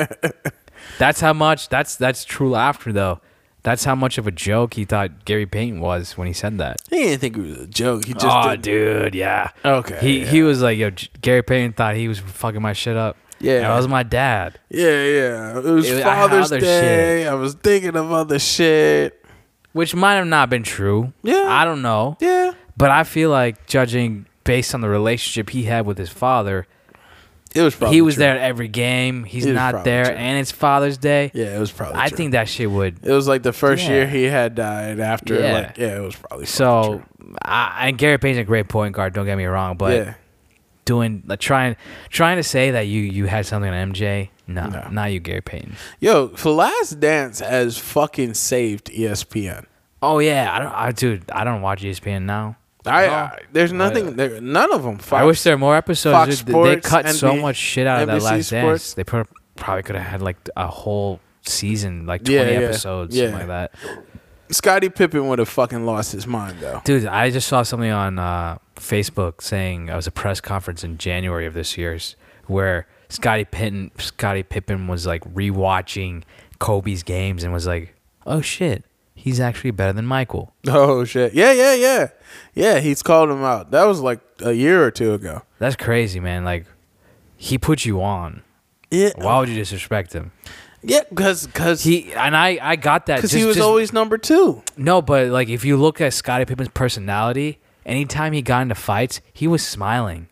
Speaker 3: that's how much. That's that's true laughter, though. That's how much of a joke he thought Gary Payton was when he said that.
Speaker 2: he didn't think it was a joke. He just
Speaker 3: oh,
Speaker 2: did.
Speaker 3: dude, yeah.
Speaker 2: Okay,
Speaker 3: He
Speaker 2: yeah.
Speaker 3: he was like, yo, J- Gary Payton thought he was fucking my shit up.
Speaker 2: Yeah.
Speaker 3: that was my dad.
Speaker 2: yeah, yeah. It was
Speaker 3: It was- I had
Speaker 2: Father's
Speaker 3: other
Speaker 2: Day. I was thinking of other shit.
Speaker 3: which might have not been true.
Speaker 2: Yeah.
Speaker 3: I don't know.
Speaker 2: Yeah,
Speaker 3: But I feel like judging based on the relationship he had with his father,
Speaker 2: it was. probably
Speaker 3: he was
Speaker 2: true.
Speaker 3: there at every game. He's
Speaker 2: It was
Speaker 3: not
Speaker 2: probably
Speaker 3: there,
Speaker 2: true.
Speaker 3: and it's Father's Day.
Speaker 2: Yeah, it was probably.
Speaker 3: I
Speaker 2: true.
Speaker 3: think that shit would.
Speaker 2: it was like the first
Speaker 3: Yeah.
Speaker 2: year he had died. After
Speaker 3: Yeah.
Speaker 2: like, yeah, it was probably fucking
Speaker 3: So,
Speaker 2: true.
Speaker 3: I, and Gary Payton's a great point guard. Don't get me wrong, but
Speaker 2: yeah.
Speaker 3: doing like trying trying to say that you you had something on MJ, no,
Speaker 2: No.
Speaker 3: not you, Gary Payton.
Speaker 2: Yo, The Last Dance has fucking saved E ESPN.
Speaker 3: Oh yeah, I don't, I dude, I don't
Speaker 2: E
Speaker 3: watch ESPN now.
Speaker 2: I,
Speaker 3: No.
Speaker 2: I there's nothing there, none of them. Fox,
Speaker 3: Oh. I wish there were more episodes.
Speaker 2: Fox
Speaker 3: dude. They- they
Speaker 2: Sports,
Speaker 3: cut so
Speaker 2: NB-
Speaker 3: much shit out of that
Speaker 2: NBC
Speaker 3: last
Speaker 2: Sports.
Speaker 3: dance. They pro- probably could have had like a whole season, like
Speaker 2: Yeah,
Speaker 3: 20
Speaker 2: yeah,
Speaker 3: episodes,
Speaker 2: yeah.
Speaker 3: something like that.
Speaker 2: Scottie Pippen would have fucking lost his mind though.
Speaker 3: Dude, I just saw something on uh, Facebook saying uh, it was a press conference in January of this year's where Scottie Pippen, Scottie Pippen was like rewatching Kobe's games and was like, oh shit, he's actually better than Michael.
Speaker 2: Oh shit. Yeah, yeah, yeah, yeah. He's called him out. That was like a year or two ago.
Speaker 3: That's crazy, man. Like, he put you on.
Speaker 2: Yeah.
Speaker 3: Why would you disrespect him?
Speaker 2: Yeah, because because he
Speaker 3: He and I, I got that
Speaker 2: because
Speaker 3: just-
Speaker 2: he was
Speaker 3: just-
Speaker 2: always number two.
Speaker 3: No, but like if you look at Scottie Pippen's personality, anytime he got into fights, he was smiling.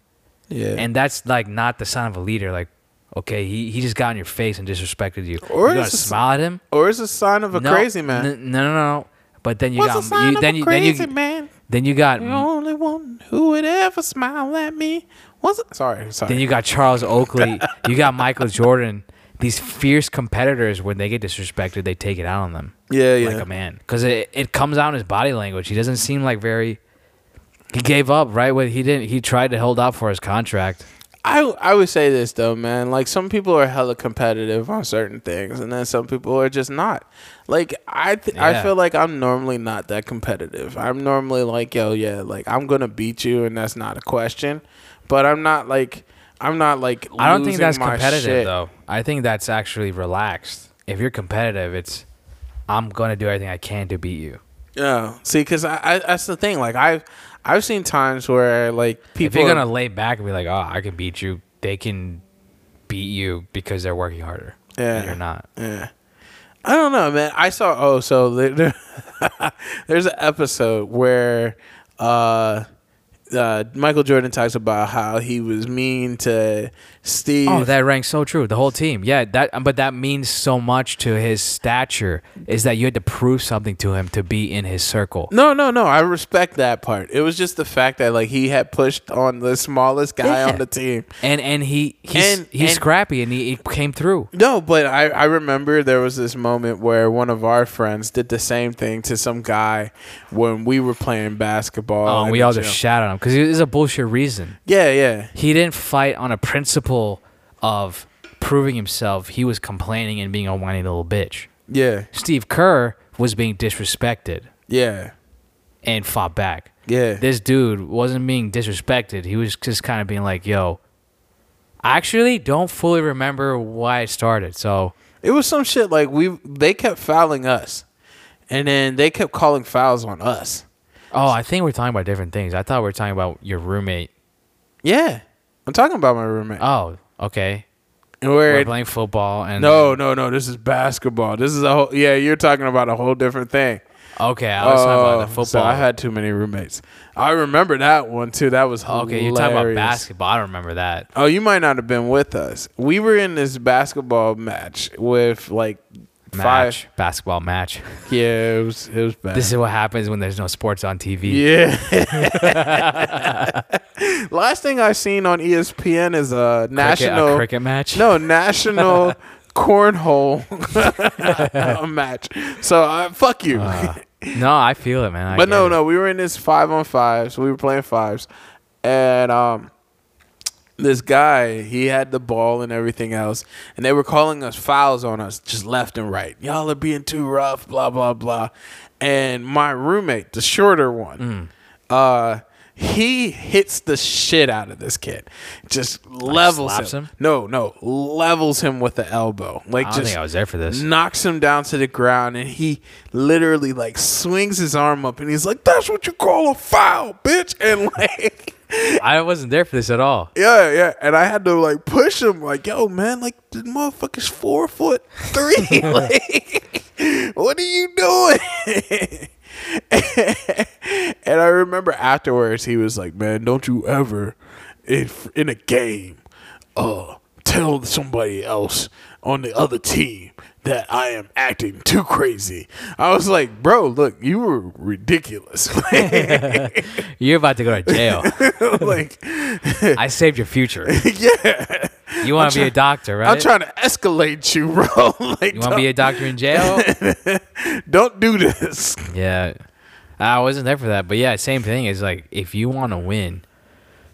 Speaker 2: Yeah.
Speaker 3: And that's like not the sign of a leader. Like, okay, he, he just got in your face and disrespected you. you
Speaker 2: Or
Speaker 3: gotta
Speaker 2: it's just-
Speaker 3: smile at him.
Speaker 2: or it's a sign of a
Speaker 3: No,
Speaker 2: crazy man.
Speaker 3: n- no, no, no. But then you
Speaker 2: What's
Speaker 3: got
Speaker 2: a sign
Speaker 3: you,
Speaker 2: of
Speaker 3: then
Speaker 2: a
Speaker 3: you
Speaker 2: crazy
Speaker 3: then you
Speaker 2: man?
Speaker 3: then you got
Speaker 2: The only one who would ever smile at me. What's a- sorry, sorry.
Speaker 3: then you got Charles Oakley, you got Michael Jordan. These fierce competitors, when they get disrespected, they take it out on them.
Speaker 2: yeah, yeah.
Speaker 3: like a man because it, it comes out in his body language. He doesn't seem like very. He gave up right when he didn't. He tried to hold out for his contract.
Speaker 2: I I would say this though, man. Like some people are hella competitive on certain things, and then some people are just not. Like I th- I
Speaker 3: Yeah.
Speaker 2: feel like I'm normally not that competitive. I'm normally like, yo, yeah, like I'm gonna beat you, and that's not a question. But I'm not like I'm not like.
Speaker 3: I don't think
Speaker 2: losing
Speaker 3: that's
Speaker 2: my
Speaker 3: competitive
Speaker 2: shit.
Speaker 3: though. I think that's actually relaxed. If you're competitive, it's I'm gonna do everything I can to beat you.
Speaker 2: Yeah. See, because I, I that's the thing. Like I've I've seen times where like
Speaker 3: If
Speaker 2: people
Speaker 3: you're
Speaker 2: are-
Speaker 3: gonna lay back and be like, "Oh, I can beat you," they can beat you because they're working harder.
Speaker 2: Yeah.
Speaker 3: and you're not.
Speaker 2: Yeah. I don't know, man. I saw oh, so there, there- there's an episode where uh, uh, Michael Jordan talks about how he was mean to Steve.
Speaker 3: Oh, that rang so true. The whole team. Yeah, that but that means so much to his stature is that you had to prove something to him to be in his circle.
Speaker 2: no, no, no. I respect that part. It was just the fact that like he had pushed on the smallest guy
Speaker 3: Yeah.
Speaker 2: on the team.
Speaker 3: And and he he's
Speaker 2: And-
Speaker 3: he's
Speaker 2: and-
Speaker 3: scrappy and he, he came through.
Speaker 2: No, but I, I remember there was this moment where one of our friends did the same thing to some guy when we were playing basketball.
Speaker 3: Oh,
Speaker 2: in
Speaker 3: and we
Speaker 2: the
Speaker 3: all
Speaker 2: gym.
Speaker 3: just shouted at him because it was a bullshit reason.
Speaker 2: yeah, yeah.
Speaker 3: He didn't fight on a principle of proving himself. He was complaining and being a whiny little bitch.
Speaker 2: Yeah.
Speaker 3: Steve Kerr was being disrespected
Speaker 2: Yeah.
Speaker 3: and fought back.
Speaker 2: Yeah.
Speaker 3: This dude wasn't being disrespected. He was just kind of being like, yo, I actually don't fully remember why it started. So
Speaker 2: It was some shit like we they kept fouling us. and then they kept calling fouls on us.
Speaker 3: Oh, I think we're talking about different things. I thought we were talking about your roommate.
Speaker 2: Yeah, I'm talking about my roommate.
Speaker 3: Oh, okay.
Speaker 2: And we're,
Speaker 3: We're playing football and
Speaker 2: no, no, no. This is basketball. This is a whole. Yeah, you're talking about a whole different thing.
Speaker 3: Okay, I was talking about the football.
Speaker 2: Oh, So I had too many roommates. I remember that one too. That was hilarious.
Speaker 3: okay, you're talking about basketball. I don't remember that.
Speaker 2: Oh, you might not have been with us. We were in this basketball match with like
Speaker 3: Match
Speaker 2: five.
Speaker 3: basketball match.
Speaker 2: Yeah, it was it was bad.
Speaker 3: This is what happens when there's no sports on TV.
Speaker 2: yeah. Last thing I seen on E ESPN is a
Speaker 3: Cricket-
Speaker 2: national
Speaker 3: a cricket match.
Speaker 2: No, national cornhole match. So uh, fuck you.
Speaker 3: no, I feel it, man. I
Speaker 2: but
Speaker 3: get
Speaker 2: no,
Speaker 3: it.
Speaker 2: no, we were in this five on five, so we were playing fives, and um, this guy he had the ball and everything else, and they were calling us fouls on us just left and right. Y'all are being too rough, blah blah blah. And my roommate, the shorter
Speaker 3: Mm.
Speaker 2: one, uh, he hits the shit out of this kid, just levels
Speaker 3: slaps him?
Speaker 2: No, no, levels him with the elbow, like
Speaker 3: I don't
Speaker 2: just
Speaker 3: think I was there for this.
Speaker 2: knocks him down to the ground and he literally like swings his arm up and he's like that's what you call a foul bitch and like
Speaker 3: I wasn't there for this at all.
Speaker 2: yeah yeah and i had to like push him like yo man like this motherfucker's four foot three like what are you doing and i remember afterwards he was like man don't you ever in, in a game uh tell somebody else on the other team that I am acting too crazy. I was like, bro, look, you were ridiculous. like,
Speaker 3: You're about to go to jail.
Speaker 2: like,
Speaker 3: I saved your future.
Speaker 2: yeah.
Speaker 3: You want to be a doctor, right?
Speaker 2: I'm trying to escalate you, bro. like,
Speaker 3: You want to be a doctor in jail?
Speaker 2: don't, don't do this.
Speaker 3: yeah. I wasn't there for that, but yeah, same thing. Is like if you want to win,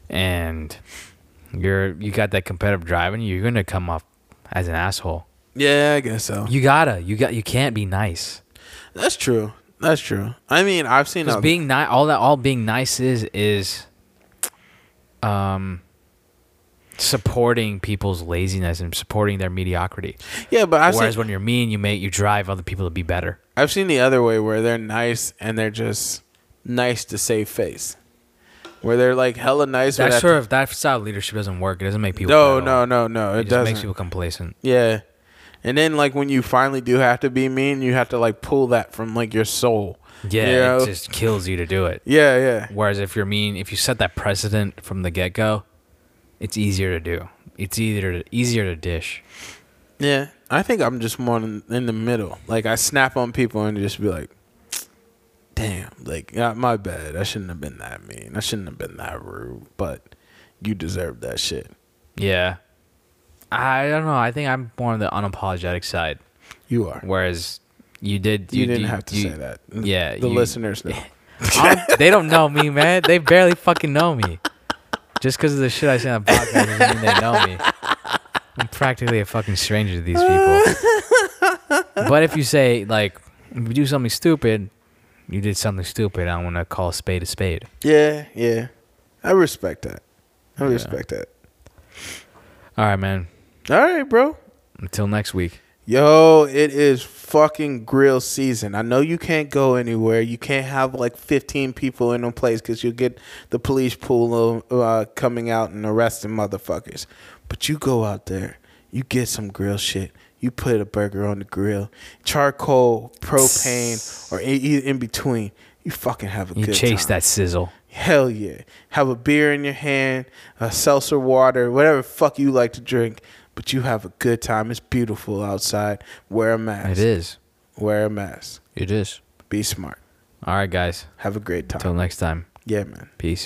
Speaker 3: and you're you got that competitive drive, and you're gonna come off as an asshole.
Speaker 2: Yeah, I guess so.
Speaker 3: You gotta. You got. You can't be nice.
Speaker 2: That's true. That's true. I mean, I've seen
Speaker 3: Because
Speaker 2: a-
Speaker 3: being nice, all that, all being nice is is, um, supporting people's laziness and supporting their mediocrity.
Speaker 2: yeah, but I've
Speaker 3: Whereas
Speaker 2: seen,
Speaker 3: when you're mean, you make you drive other people to be better.
Speaker 2: I've seen the other way where they're nice and they're just nice to save face, where they're like hella nice. but
Speaker 3: That
Speaker 2: at
Speaker 3: sort of that style of leadership doesn't work. It doesn't make people.
Speaker 2: No,
Speaker 3: better at all.
Speaker 2: no, no, no. It,
Speaker 3: It, just
Speaker 2: doesn't.
Speaker 3: makes people complacent.
Speaker 2: yeah. And then like when you finally do have to be mean, you have to like pull that from like your soul.
Speaker 3: Yeah,
Speaker 2: You know?
Speaker 3: it just kills you to do it.
Speaker 2: yeah, yeah.
Speaker 3: Whereas if you're mean, if you set that precedent from the get go, it's easier to do. It's either easier to dish.
Speaker 2: Yeah. I think I'm just more in, in the middle. Like I snap on people and just be like, "Damn, like yeah, my bad. I shouldn't have been that mean. I shouldn't have been that rude, but you deserve that shit."
Speaker 3: Yeah, I don't know. I think I'm more on the unapologetic side.
Speaker 2: You are.
Speaker 3: Whereas you did.
Speaker 2: You, didn't
Speaker 3: you-
Speaker 2: have to
Speaker 3: you-
Speaker 2: say that.
Speaker 3: yeah,
Speaker 2: The
Speaker 3: you-
Speaker 2: listeners know.
Speaker 3: I'm- they don't know me, man. They barely fucking know me. Just because of the shit I say on podcast doesn't mean they know me. I'm practically a fucking stranger to these people. But if you say like, if you do something stupid, you did something stupid. I want to call a spade a spade.
Speaker 2: Yeah, yeah. I respect that. I respect that.
Speaker 3: All right, man.
Speaker 2: All right, bro.
Speaker 3: Until next week.
Speaker 2: Yo, it is fucking grill season. I know you can't go anywhere. You can't have like 15 people in a place because you'll get the police pool uh, coming out and arresting motherfuckers. But you go out there, you get some grill shit. You put a burger on the grill, charcoal, propane, or in, in between. You fucking have a
Speaker 3: You
Speaker 2: good
Speaker 3: chase
Speaker 2: time.
Speaker 3: that sizzle.
Speaker 2: Hell yeah. Have a beer in your hand, a seltzer water, whatever the fuck you like to drink, but you have a good time. It's beautiful outside. Wear a mask.
Speaker 3: It is.
Speaker 2: Wear a mask.
Speaker 3: It is.
Speaker 2: Be smart.
Speaker 3: All right, guys.
Speaker 2: Have a great time.
Speaker 3: Till next time.
Speaker 2: Yeah, man.
Speaker 3: Peace.